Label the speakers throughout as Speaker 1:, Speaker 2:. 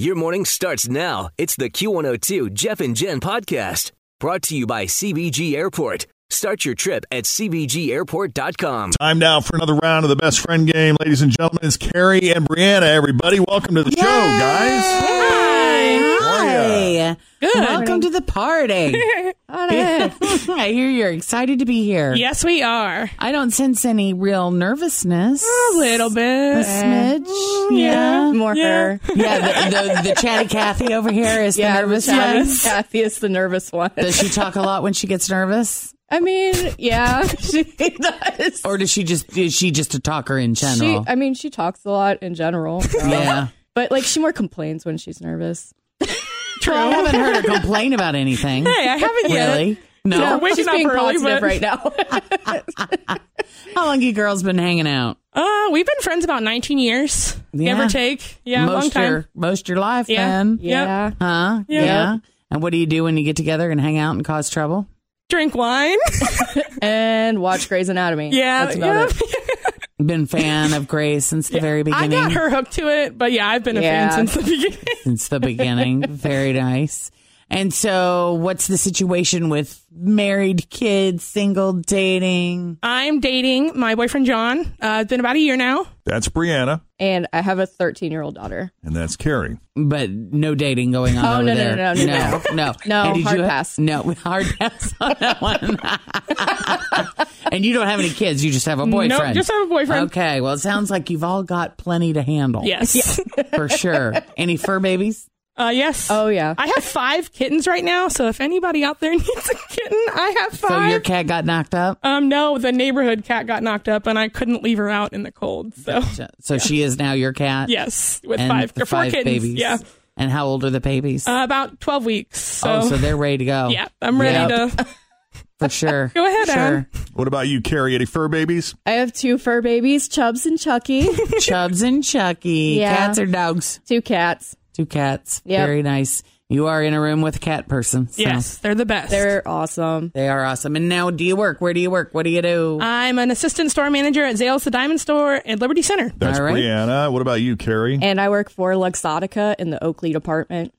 Speaker 1: Your morning starts now. It's the Q102 Jeff and Jen podcast brought to you by CBG Airport. Start your trip at CBGAirport.com.
Speaker 2: Time now for another round of the best friend game, ladies and gentlemen. It's Carrie and Brianna. Everybody, welcome to the show, guys. Oh,
Speaker 3: Oh,
Speaker 4: Hi.
Speaker 5: Good.
Speaker 4: Welcome to the party. I hear you're excited to be here.
Speaker 5: Yes, we are.
Speaker 4: I don't sense any real nervousness.
Speaker 5: A little
Speaker 4: A
Speaker 5: bit.
Speaker 4: smidge. Yeah.
Speaker 6: More her.
Speaker 4: Yeah, the, the, the chatty Kathy over here is the nervous
Speaker 6: Kathy-
Speaker 4: one.
Speaker 6: Kathy is the nervous one.
Speaker 4: Does she talk a lot when she gets nervous?
Speaker 6: I mean, yeah, she does.
Speaker 4: Or does she just is she just a talker in
Speaker 6: She,
Speaker 4: general?
Speaker 6: I mean, she talks a lot in general. so-
Speaker 4: yeah.
Speaker 6: But like, she more complains when she's nervous.
Speaker 4: True. I haven't heard her complain about anything.
Speaker 5: Hey, I haven't yet.
Speaker 4: really. No.
Speaker 5: No. Oh, waking
Speaker 6: she's
Speaker 5: up
Speaker 6: being
Speaker 5: early,
Speaker 6: positive
Speaker 5: but-
Speaker 6: right now.
Speaker 4: How long you girls been hanging out?
Speaker 5: Uh, we've been friends about 19 years,
Speaker 4: Yeah.
Speaker 5: give or take. Yeah,
Speaker 4: most
Speaker 5: long time.
Speaker 4: Your, most your life,
Speaker 5: Yeah.
Speaker 4: then.
Speaker 6: yeah.
Speaker 4: Huh?
Speaker 5: Yeah.
Speaker 4: And what do you do when you get together and hang out and cause trouble?
Speaker 5: Drink wine.
Speaker 6: And watch Grey's Anatomy.
Speaker 5: yeah,
Speaker 6: That's about
Speaker 5: yeah.
Speaker 6: it.
Speaker 4: Been fan of Grace since the very
Speaker 5: I
Speaker 4: beginning.
Speaker 5: got her hooked to it, but yeah, I've been a
Speaker 6: Yeah.
Speaker 5: fan since the beginning.
Speaker 4: Since the beginning. very nice. And so, what's the situation with married kids, single, dating?
Speaker 5: I'm dating my boyfriend John. Uh, it's been about a year now.
Speaker 2: That's Brianna,
Speaker 6: And I have a 13 year old daughter.
Speaker 2: and that's Carrie.
Speaker 4: But no dating going on
Speaker 6: Oh,
Speaker 4: over
Speaker 6: no, no,
Speaker 4: there.
Speaker 6: no, no,
Speaker 4: no, no, no,
Speaker 6: No,
Speaker 4: And did
Speaker 6: hard
Speaker 4: you-
Speaker 6: pass.
Speaker 4: No, hard pass on that one. and you don't have any kids; you just have a boyfriend.
Speaker 5: Nope, just have a boyfriend.
Speaker 4: Okay. Well, it sounds like you've all got plenty to handle.
Speaker 5: Yes.
Speaker 4: for sure. Any fur babies?
Speaker 5: Uh, yes.
Speaker 6: Oh, yeah.
Speaker 5: I have five kittens right now, so if anybody out there needs a kitten, I have
Speaker 4: So
Speaker 5: five.
Speaker 4: your cat got knocked up.
Speaker 5: um, no, the neighborhood cat got knocked up, and I couldn't leave her out in the cold. So
Speaker 4: So she is now your cat.
Speaker 5: yes, with
Speaker 4: and
Speaker 5: five
Speaker 4: the
Speaker 5: or four
Speaker 4: five
Speaker 5: kittens.
Speaker 4: babies.
Speaker 5: Yeah,
Speaker 4: And how old are the babies?
Speaker 5: uh, about 12 weeks. So,
Speaker 4: oh, so they're ready to go.
Speaker 5: yeah, I'm ready
Speaker 4: Yep,
Speaker 5: to.
Speaker 4: for sure.
Speaker 5: Go ahead, Adam.
Speaker 4: Sure.
Speaker 2: What about you, Carrie? Any fur babies?
Speaker 6: I have two fur babies, Chubbs and Chucky,
Speaker 4: Chubs and Chucky.
Speaker 6: Yeah.
Speaker 4: Cats or dogs?
Speaker 6: two cats.
Speaker 4: Two cats.
Speaker 6: Yep.
Speaker 4: Very nice. You are in a room with a cat person. So
Speaker 5: Yes, they're the best.
Speaker 6: They're awesome.
Speaker 4: They are awesome. And now, do you work? Where do you work? What do you do?
Speaker 5: I'm an assistant store manager at Zales the Diamond Store at Liberty Center.
Speaker 2: That's
Speaker 4: All right.
Speaker 2: Brianna. What about you, Carrie?
Speaker 6: And I work for Luxottica in the Oakley department.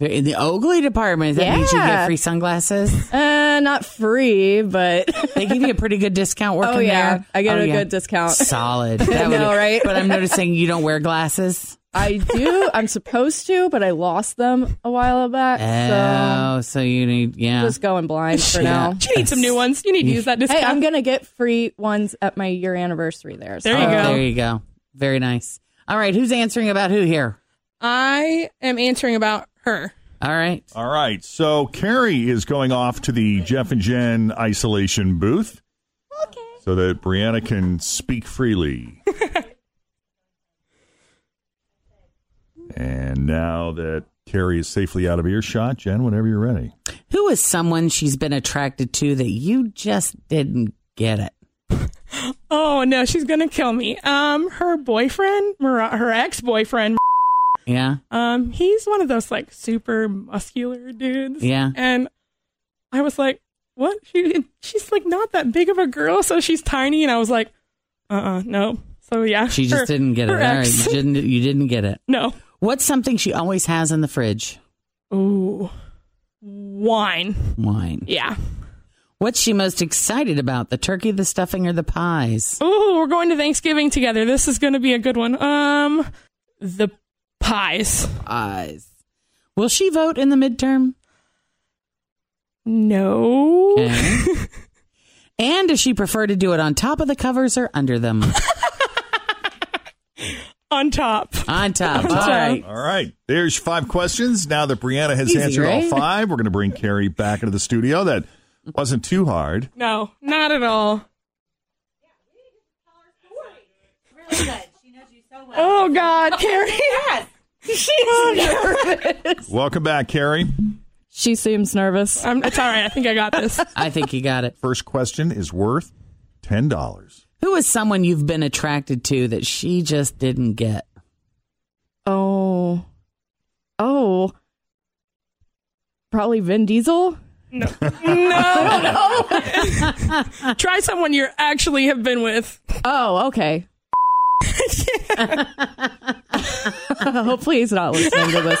Speaker 4: They're in the Oakley department. Does That means you get
Speaker 6: Yeah.
Speaker 4: free sunglasses.
Speaker 6: Uh, not free, but
Speaker 4: They give you a pretty good discount working
Speaker 6: Oh, yeah.
Speaker 4: there.
Speaker 6: I get
Speaker 4: Oh,
Speaker 6: a
Speaker 4: yeah.
Speaker 6: good discount.
Speaker 4: Solid. That
Speaker 6: know, right?
Speaker 4: But I'm noticing you don't wear glasses.
Speaker 6: I do. I'm supposed to, but I lost them a while back.
Speaker 4: Oh, so, you need yeah.
Speaker 6: So just going blind for now.
Speaker 5: You need some new ones. You need to use that
Speaker 6: Hey,
Speaker 5: discount.
Speaker 6: I'm gonna get free ones at my year anniversary there. So.
Speaker 5: There you
Speaker 4: Oh,
Speaker 5: go.
Speaker 4: There you go. Very nice. All right, who's answering about who here?
Speaker 5: I am answering about her.
Speaker 4: All right.
Speaker 2: All right. So Carrie is going off to the Jeff and Jen isolation booth. Okay. So that Brianna can speak freely. and now that Carrie is safely out of earshot, Jen, whenever you're ready.
Speaker 4: Who is someone she's been attracted to that you just didn't get it?
Speaker 5: Oh no, she's gonna kill me. Um, her boyfriend, Mar- her ex-boyfriend.
Speaker 4: Yeah.
Speaker 5: Um, he's one of those like super muscular dudes.
Speaker 4: Yeah.
Speaker 5: And I was like, what? She, she's like not that big of a girl, so she's tiny. And I was like, uh, uh no. So yeah,
Speaker 4: She just
Speaker 5: her-
Speaker 4: didn't get it.
Speaker 5: her
Speaker 4: All right.
Speaker 5: ex.
Speaker 4: You didn't you didn't get it.
Speaker 5: no.
Speaker 4: What's something she always has in the fridge?
Speaker 5: Ooh, wine.
Speaker 4: Wine.
Speaker 5: Yeah.
Speaker 4: What's she most excited about? The turkey, the stuffing, or the pies?
Speaker 5: Ooh, we're going to Thanksgiving together. This is going to be a good one. Um, the pies.
Speaker 4: Pies. Will she vote in the midterm?
Speaker 5: No.
Speaker 4: Okay. and does she prefer to do it on top of the covers or under them?
Speaker 5: On top.
Speaker 4: on top.
Speaker 5: On
Speaker 4: All
Speaker 5: top.
Speaker 4: right.
Speaker 2: All right. There's five questions. Now that Brianna has
Speaker 4: Easy,
Speaker 2: answered all
Speaker 4: right?
Speaker 2: five, we're going to bring Carrie back into the studio. That wasn't too hard.
Speaker 5: No, not at all. Oh God, Carrie! She's nervous.
Speaker 2: Welcome back, Carrie.
Speaker 6: She seems nervous.
Speaker 5: I'm, it's all right. I think I got this.
Speaker 4: I think you got it.
Speaker 2: First question is worth $10.
Speaker 4: Who is someone you've been attracted to that she just didn't get?
Speaker 6: Oh. Oh. Probably Vin Diesel?
Speaker 5: No, no. Try someone you actually have been with.
Speaker 6: Oh, okay. Uh, Hopefully he's not listening to this.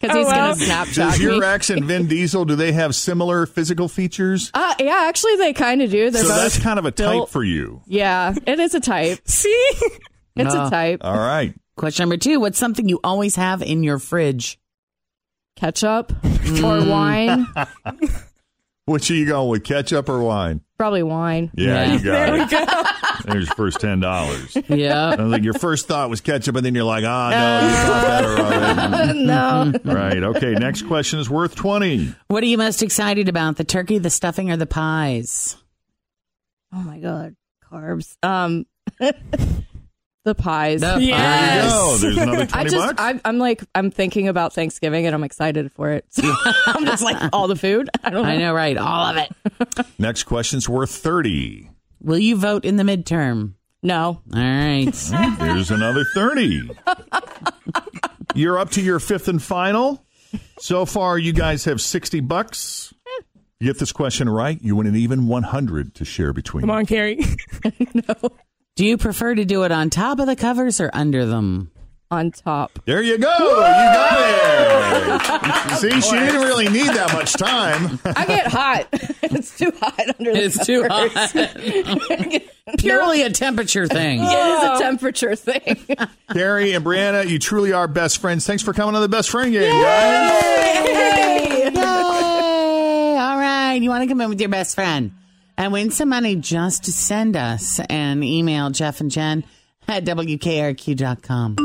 Speaker 6: because
Speaker 5: Oh,
Speaker 6: he's
Speaker 5: well.
Speaker 6: gonna Snapchat
Speaker 2: Does
Speaker 6: me.
Speaker 2: your ex and Vin Diesel, do they have similar physical features?
Speaker 6: uh, yeah, actually they kind of do. They're
Speaker 2: so
Speaker 6: both
Speaker 2: that's kind of a type
Speaker 6: built-
Speaker 2: for you.
Speaker 6: Yeah, it is a type.
Speaker 5: See,
Speaker 6: It's
Speaker 4: No.
Speaker 6: a type.
Speaker 2: All right.
Speaker 4: Question number two What's something you always have in your fridge?
Speaker 6: Ketchup or wine?
Speaker 2: Which are you going with, ketchup or wine?
Speaker 6: Probably wine.
Speaker 2: Yeah,
Speaker 4: Yeah.
Speaker 2: you got it. There's your first $10.
Speaker 4: Yeah.
Speaker 2: I was like, your first thought was ketchup, and then you're like, ah, no, you thought better of it.
Speaker 6: no.
Speaker 2: Right. Okay. Next question is worth 20.
Speaker 4: What are you most excited about? The turkey, the stuffing, or the pies?
Speaker 6: Oh my god, carbs.
Speaker 7: Mm-hmm.
Speaker 6: Um, the pies.
Speaker 4: The
Speaker 5: Yes.
Speaker 2: There you go. There's
Speaker 4: pies.
Speaker 2: another 20
Speaker 6: I just,
Speaker 2: bucks.
Speaker 6: I'm, I'm like, I'm thinking about Thanksgiving and I'm excited for it. So I'm just like, all the food. I don't know.
Speaker 4: I know, right? All of it.
Speaker 2: Next question's worth 30.
Speaker 4: Will you vote in the midterm?
Speaker 6: No.
Speaker 4: All right.
Speaker 2: Hmm, There's another 30. You're up to your fifth and final. So far, you guys have 60 bucks. You get this question right, you win an even 100 to share between
Speaker 5: come
Speaker 2: you.
Speaker 5: on, Carrie.
Speaker 4: Do you prefer to do it on top of the covers or under them?
Speaker 6: On top.
Speaker 2: There you go. You got it. See, she didn't really need that much time.
Speaker 6: I get hot. it's too hot under the
Speaker 4: It's too
Speaker 6: covers.
Speaker 4: hot. Purely a temperature thing.
Speaker 6: It
Speaker 7: Oh.
Speaker 6: is a temperature thing.
Speaker 2: Carrie and Brianna, you truly are best friends. Thanks for coming on the best friend game, guys.
Speaker 4: Yay! All right. You want to come in with your best friend and win some money? Just send us an email, Jeff and Jen at WKRQ.com.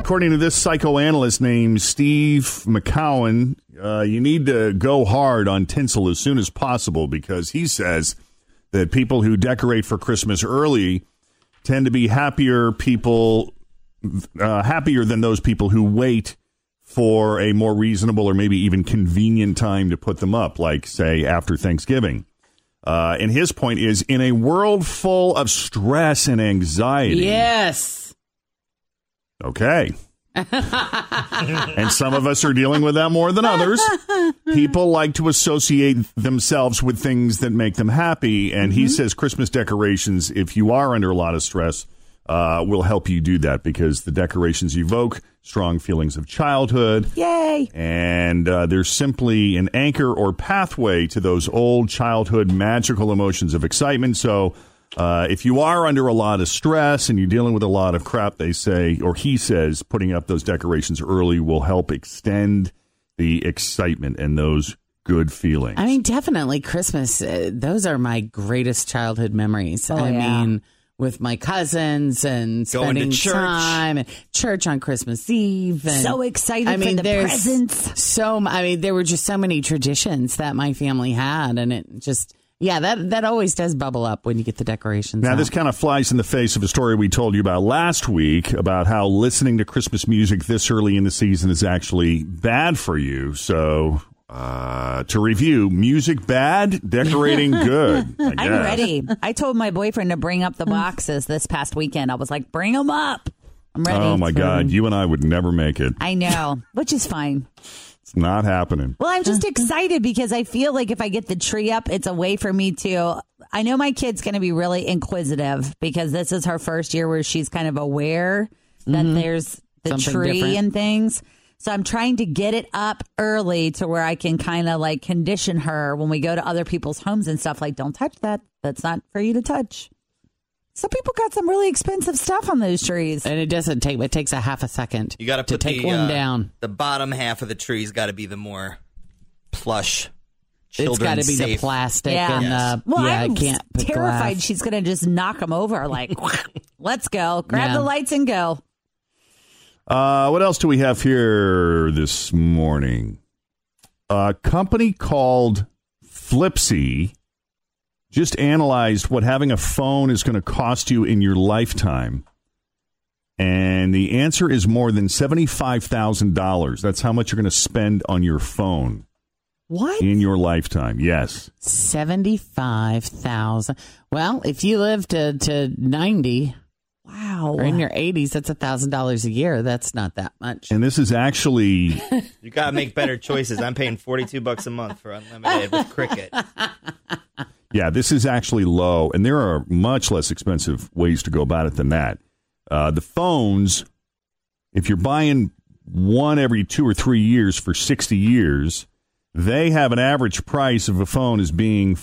Speaker 3: According to this psychoanalyst named Steve McCowan, uh, you need to go hard on tinsel as soon as possible because he says that people who decorate for Christmas early tend to be happier people, uh, happier than those people who wait for a more reasonable or maybe even convenient time to put them up, like, say, after Thanksgiving. Uh, and his point is in a world full of stress and anxiety.
Speaker 4: Yes.
Speaker 3: Okay. and some of us are dealing with that more than others. People like to associate themselves with things that make them happy. And he says Christmas decorations, if you are under a lot of stress, uh, will help you do that because the decorations evoke strong feelings of childhood.
Speaker 4: Yay.
Speaker 3: And uh, they're simply an anchor or pathway to those old childhood magical emotions of excitement. So uh, if you are under a lot of stress and you're dealing with a lot of crap, they say, or he says, putting up those decorations early will help extend the excitement and those good feelings.
Speaker 4: I mean, definitely Christmas. Uh, those are my greatest childhood memories.
Speaker 7: Oh,
Speaker 4: I mean, with my cousins and
Speaker 8: Going to
Speaker 4: spending
Speaker 8: church.
Speaker 4: time and church on Christmas Eve. And
Speaker 7: So excited
Speaker 4: I
Speaker 7: for
Speaker 4: mean,
Speaker 7: the
Speaker 4: there's
Speaker 7: presents.
Speaker 4: So m- I mean, there were just so many traditions that my family had, and it just Yeah, that that always does bubble up when you get the decorations.
Speaker 3: Now,
Speaker 4: out.
Speaker 3: this
Speaker 7: Uh-huh.
Speaker 3: kind of flies in the face of a story we told you about last week about how listening to Christmas music this early in the season is actually bad for you. So, uh, to review, music bad, decorating good. I guess.
Speaker 7: I'm ready. I told my boyfriend to bring up the boxes this past weekend. I was like, bring them up. I'm ready.
Speaker 3: Oh, my God. You and I would never make it.
Speaker 7: I know, which is fine.
Speaker 3: It's not happening.
Speaker 7: Well, I'm just excited because I feel like if I get the tree up, it's a way for me to. I know my kid's going to be really inquisitive because this is her first year where she's kind of aware that there's the
Speaker 4: Mm-hmm. Something
Speaker 7: tree
Speaker 4: different.
Speaker 7: and things. So I'm trying to get it up early to where I can kind of like condition her when we go to other people's homes and stuff. Like, don't touch that. That's not for you to touch. Some people got some really expensive stuff on those trees.
Speaker 4: and it doesn't take. It takes a half a second.
Speaker 9: You got to
Speaker 4: to
Speaker 9: put
Speaker 4: take
Speaker 9: the,
Speaker 4: one
Speaker 9: uh,
Speaker 4: down.
Speaker 9: The bottom half of the tree's got to be the more plush.
Speaker 4: It's
Speaker 9: got to
Speaker 4: be the plastic
Speaker 7: Yeah.
Speaker 4: and the
Speaker 7: Well,
Speaker 4: yeah.
Speaker 7: I'm
Speaker 4: I can't put
Speaker 7: terrified
Speaker 4: glass.
Speaker 7: she's going to just knock them over. Like, let's go. Grab
Speaker 3: Yeah.
Speaker 7: the lights and go.
Speaker 3: Uh, what else do we have here this morning? A company called Flipsy just analyzed what having a phone is going to cost you in your lifetime. And the answer is more than $75,000. That's how much you're going to spend on your phone
Speaker 4: What?
Speaker 3: in your lifetime. Yes.
Speaker 4: Seventy-five thousand. Well, if you live to to ninety,
Speaker 7: wow,
Speaker 4: or in your eighties, that's a thousand dollars a year. That's not that much.
Speaker 3: And this is actually
Speaker 9: You got to make better choices. I'm paying 42 bucks a month for unlimited with Cricket.
Speaker 3: Yeah, this is actually low, and there are much less expensive ways to go about it than that. Uh, the phones, if you're buying one every two or three years for 60 years, they have an average price of a phone as being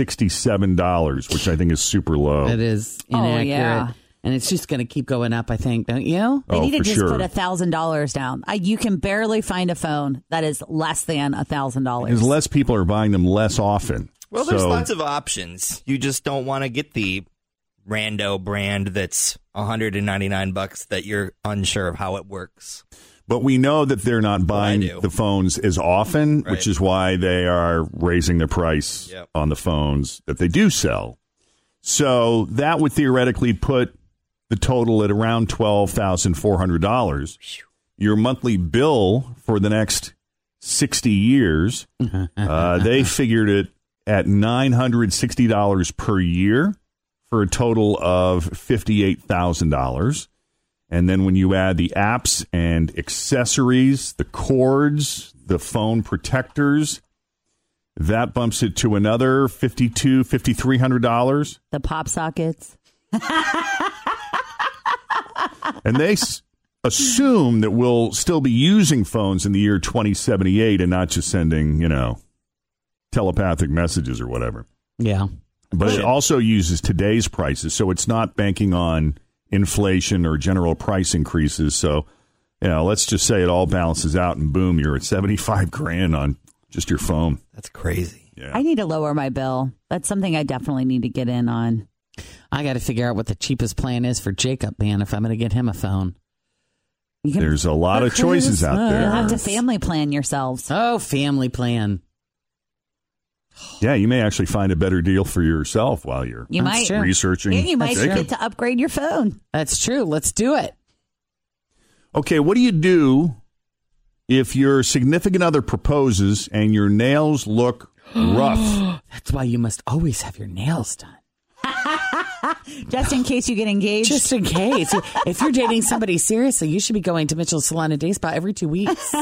Speaker 3: $567, which I think is super low.
Speaker 4: It is
Speaker 7: Oh,
Speaker 4: inaccurate,
Speaker 7: yeah.
Speaker 4: and it's just going to keep going up. I think, don't you?
Speaker 7: They
Speaker 3: Oh,
Speaker 7: need to
Speaker 3: for
Speaker 7: just
Speaker 3: sure.
Speaker 7: put a thousand dollars down. I, you can barely find a phone that is less than a thousand dollars.
Speaker 3: Because less people are buying them less often.
Speaker 9: Well, there's
Speaker 3: So-
Speaker 9: lots of options. You just don't want to get the rando brand that's 199 bucks that you're unsure of how it works.
Speaker 3: But we know that they're not buying
Speaker 9: do.
Speaker 3: the phones as often,
Speaker 9: Right.
Speaker 3: which is why they are raising the price
Speaker 9: Yep.
Speaker 3: on the phones that they do sell. So that would theoretically put the total at around $12,400. Your monthly bill for the next 60 years, uh, they figured it at $960 per year for a total of $58,000. And then when you add the apps and accessories, the cords, the phone protectors, that bumps it to another fifty two, fifty three hundred dollars.
Speaker 7: The pop sockets.
Speaker 3: And they s- assume that we'll still be using phones in the year twenty seventy eight and not just sending, you know, telepathic messages or whatever.
Speaker 4: Yeah.
Speaker 3: But it also uses today's prices, so it's not banking on inflation or general price increases. So, you know, let's just say it all balances out, and boom, you're at seventy five grand on just your phone.
Speaker 9: That's crazy.
Speaker 7: I need to lower my bill. That's something I definitely need to get in on.
Speaker 4: I got to figure out what the cheapest plan is for Jacob, man. If I'm going to get him a phone,
Speaker 7: You can
Speaker 3: There's a lot of choices out
Speaker 7: You'll have to
Speaker 3: there.
Speaker 7: family plan yourselves.
Speaker 4: oh, family plan.
Speaker 3: Yeah, you may actually find a better deal for yourself while you're
Speaker 7: You
Speaker 4: That's
Speaker 7: might.
Speaker 4: true.
Speaker 3: researching.
Speaker 7: Yeah, you might
Speaker 3: Jacob.
Speaker 7: get to upgrade your phone.
Speaker 4: That's true. Let's do it.
Speaker 3: Okay, what do you do if your significant other proposes and your nails look rough?
Speaker 4: That's why you must always have your nails done.
Speaker 7: Just in case you get engaged.
Speaker 4: Just in case. if you're dating somebody seriously, you should be going to Mitchell's Salon and Day Spa every two weeks.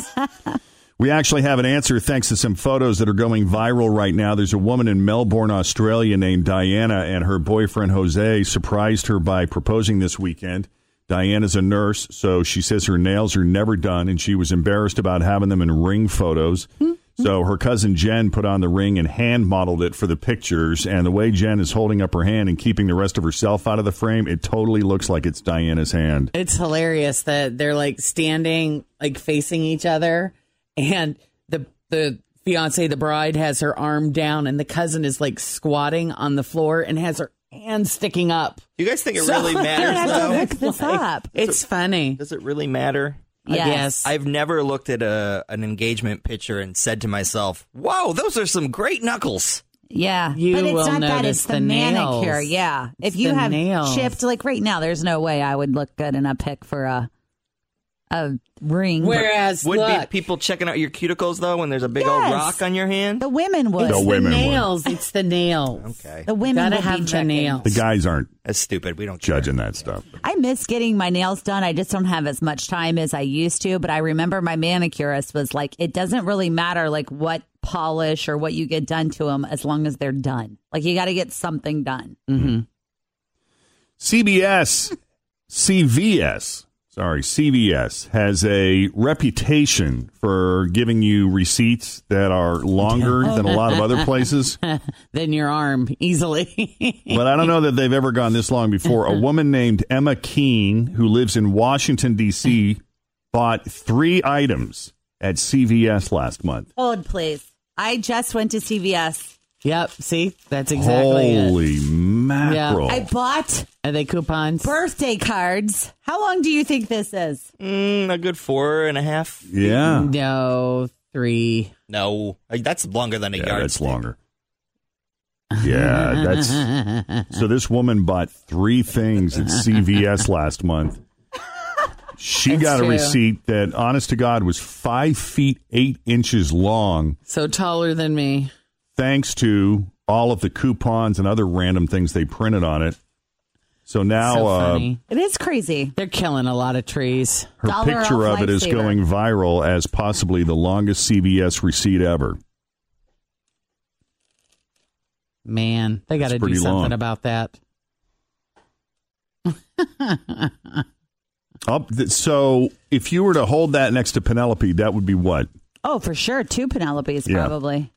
Speaker 3: We actually have an answer thanks to some photos that are going viral right now. There's a woman in Melbourne, Australia named Diana, and her boyfriend Jose surprised her by proposing this weekend. Diana's a nurse, so she says her nails are never done, and she was embarrassed about having them in ring photos. So her cousin Jen put on the ring and hand modeled it for the pictures. And the way Jen is holding up her hand and keeping the rest of herself out of the frame, it totally looks like it's Diana's hand.
Speaker 4: It's hilarious that they're like standing, like facing each other, and the the fiance, the bride, has her arm down, and the cousin is like squatting on the floor and has her hand sticking up.
Speaker 9: You guys think it
Speaker 4: So-
Speaker 9: really matters
Speaker 7: have to
Speaker 9: though?
Speaker 7: look this up.
Speaker 4: It's funny.
Speaker 9: Does it really matter?
Speaker 7: Yes.
Speaker 4: Yes.
Speaker 9: I've never looked at a an engagement picture and said to myself, "Wow, those are some great knuckles."
Speaker 7: Yeah,
Speaker 4: You
Speaker 7: but it's
Speaker 4: will
Speaker 7: not that.
Speaker 4: notice
Speaker 7: It's the,
Speaker 4: the nails.
Speaker 7: manicure. Yeah,
Speaker 4: It's
Speaker 7: if you
Speaker 4: the
Speaker 7: have
Speaker 4: nails.
Speaker 7: chipped, like right now, there's no way I would look good in a pick for a a ring.
Speaker 9: would be people checking out your cuticles though when there's a big
Speaker 7: Yes.
Speaker 9: old rock on your hand?
Speaker 7: the women would.
Speaker 9: The women would.
Speaker 4: nails. It's the nails.
Speaker 9: Okay.
Speaker 7: The women
Speaker 4: gotta
Speaker 7: would be
Speaker 4: have the
Speaker 7: checking.
Speaker 4: nails.
Speaker 3: The guys aren't.
Speaker 9: That's stupid. We don't
Speaker 3: judging that stuff.
Speaker 7: I miss getting my nails done. I just don't have as much time as I used to, but I remember my manicurist was like, it doesn't really matter like what polish or what you get done to them as long as they're done. Like you got to get something done.
Speaker 3: Mm-hmm. CBS, CVS, sorry, CVS has a reputation for giving you receipts that are longer than a lot of other places.
Speaker 4: than your arm easily.
Speaker 3: But I don't know that they've ever gone this long before. A woman named Emma Keene, who lives in Washington, D.C., bought three items at CVS last month.
Speaker 7: Hold, please. I just went to CVS.
Speaker 4: yep. See, that's exactly
Speaker 3: Holy mackerel.
Speaker 7: I bought
Speaker 4: it. Are they coupons?
Speaker 7: birthday cards. How long do you think this is?
Speaker 9: Mm, a good four and a half.
Speaker 3: Yeah.
Speaker 4: No, three.
Speaker 9: No, Like, that's longer than a
Speaker 3: Yeah,
Speaker 9: yard.
Speaker 3: that's longer. Yeah, that's so. This woman bought three things at CVS last month. She
Speaker 4: That's
Speaker 3: got a
Speaker 4: true.
Speaker 3: receipt that, honest to God, was five feet eight inches long,
Speaker 4: So taller than me.
Speaker 3: thanks to all of the coupons and other random things they printed on it. So now
Speaker 4: so
Speaker 3: uh,
Speaker 4: funny.
Speaker 7: It is crazy.
Speaker 4: They're killing a lot of trees.
Speaker 3: her picture of it is going viral as possibly the longest CVS receipt ever.
Speaker 4: Man, they got to do
Speaker 3: pretty
Speaker 4: something
Speaker 3: long.
Speaker 4: about that.
Speaker 3: Up th- so if you were to hold that next to Penelope, that would be what?
Speaker 7: Oh, for sure. Two Penelopes,
Speaker 3: Yeah.
Speaker 7: probably.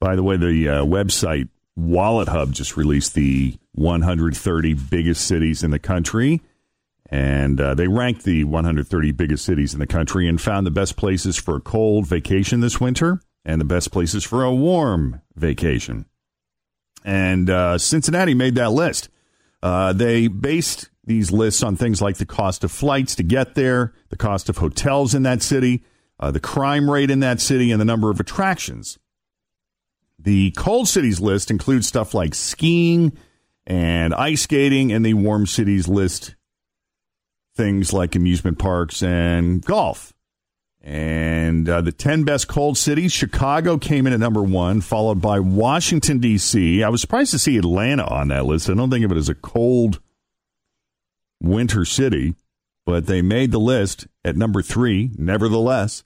Speaker 3: By the way, the uh, website Wallet Hub just released the 130 biggest cities in the country. And uh, they ranked the 130 biggest cities in the country and found the best places for a cold vacation this winter and the best places for a warm vacation. And uh, Cincinnati made that list. Uh, they based these lists on things like the cost of flights to get there, the cost of hotels in that city, uh, the crime rate in that city, and the number of attractions. The cold cities list includes stuff like skiing and ice skating, and the warm cities list things like amusement parks and golf. And uh, the 10 best cold cities, Chicago came in at number one, followed by Washington, D.C. I was surprised to see Atlanta on that list. I don't think of it as a cold winter city, but they made the list at number three, nevertheless.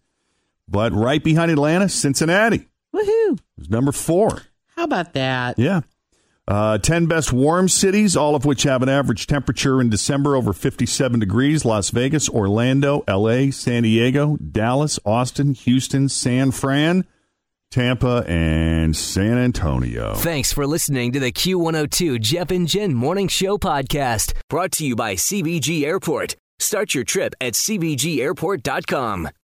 Speaker 3: But right behind Atlanta, Cincinnati
Speaker 7: Woohoo.
Speaker 3: was number four.
Speaker 4: How about that?
Speaker 3: Yeah. Uh, 10 best warm cities, all of which have an average temperature in December over 57 degrees Las Vegas, Orlando, LA, San Diego, Dallas, Austin, Houston, San Fran, Tampa, and San Antonio.
Speaker 1: Thanks for listening to the Q102 Jeff and Jen Morning Show podcast, brought to you by CBG Airport. Start your trip at CBGAirport.com.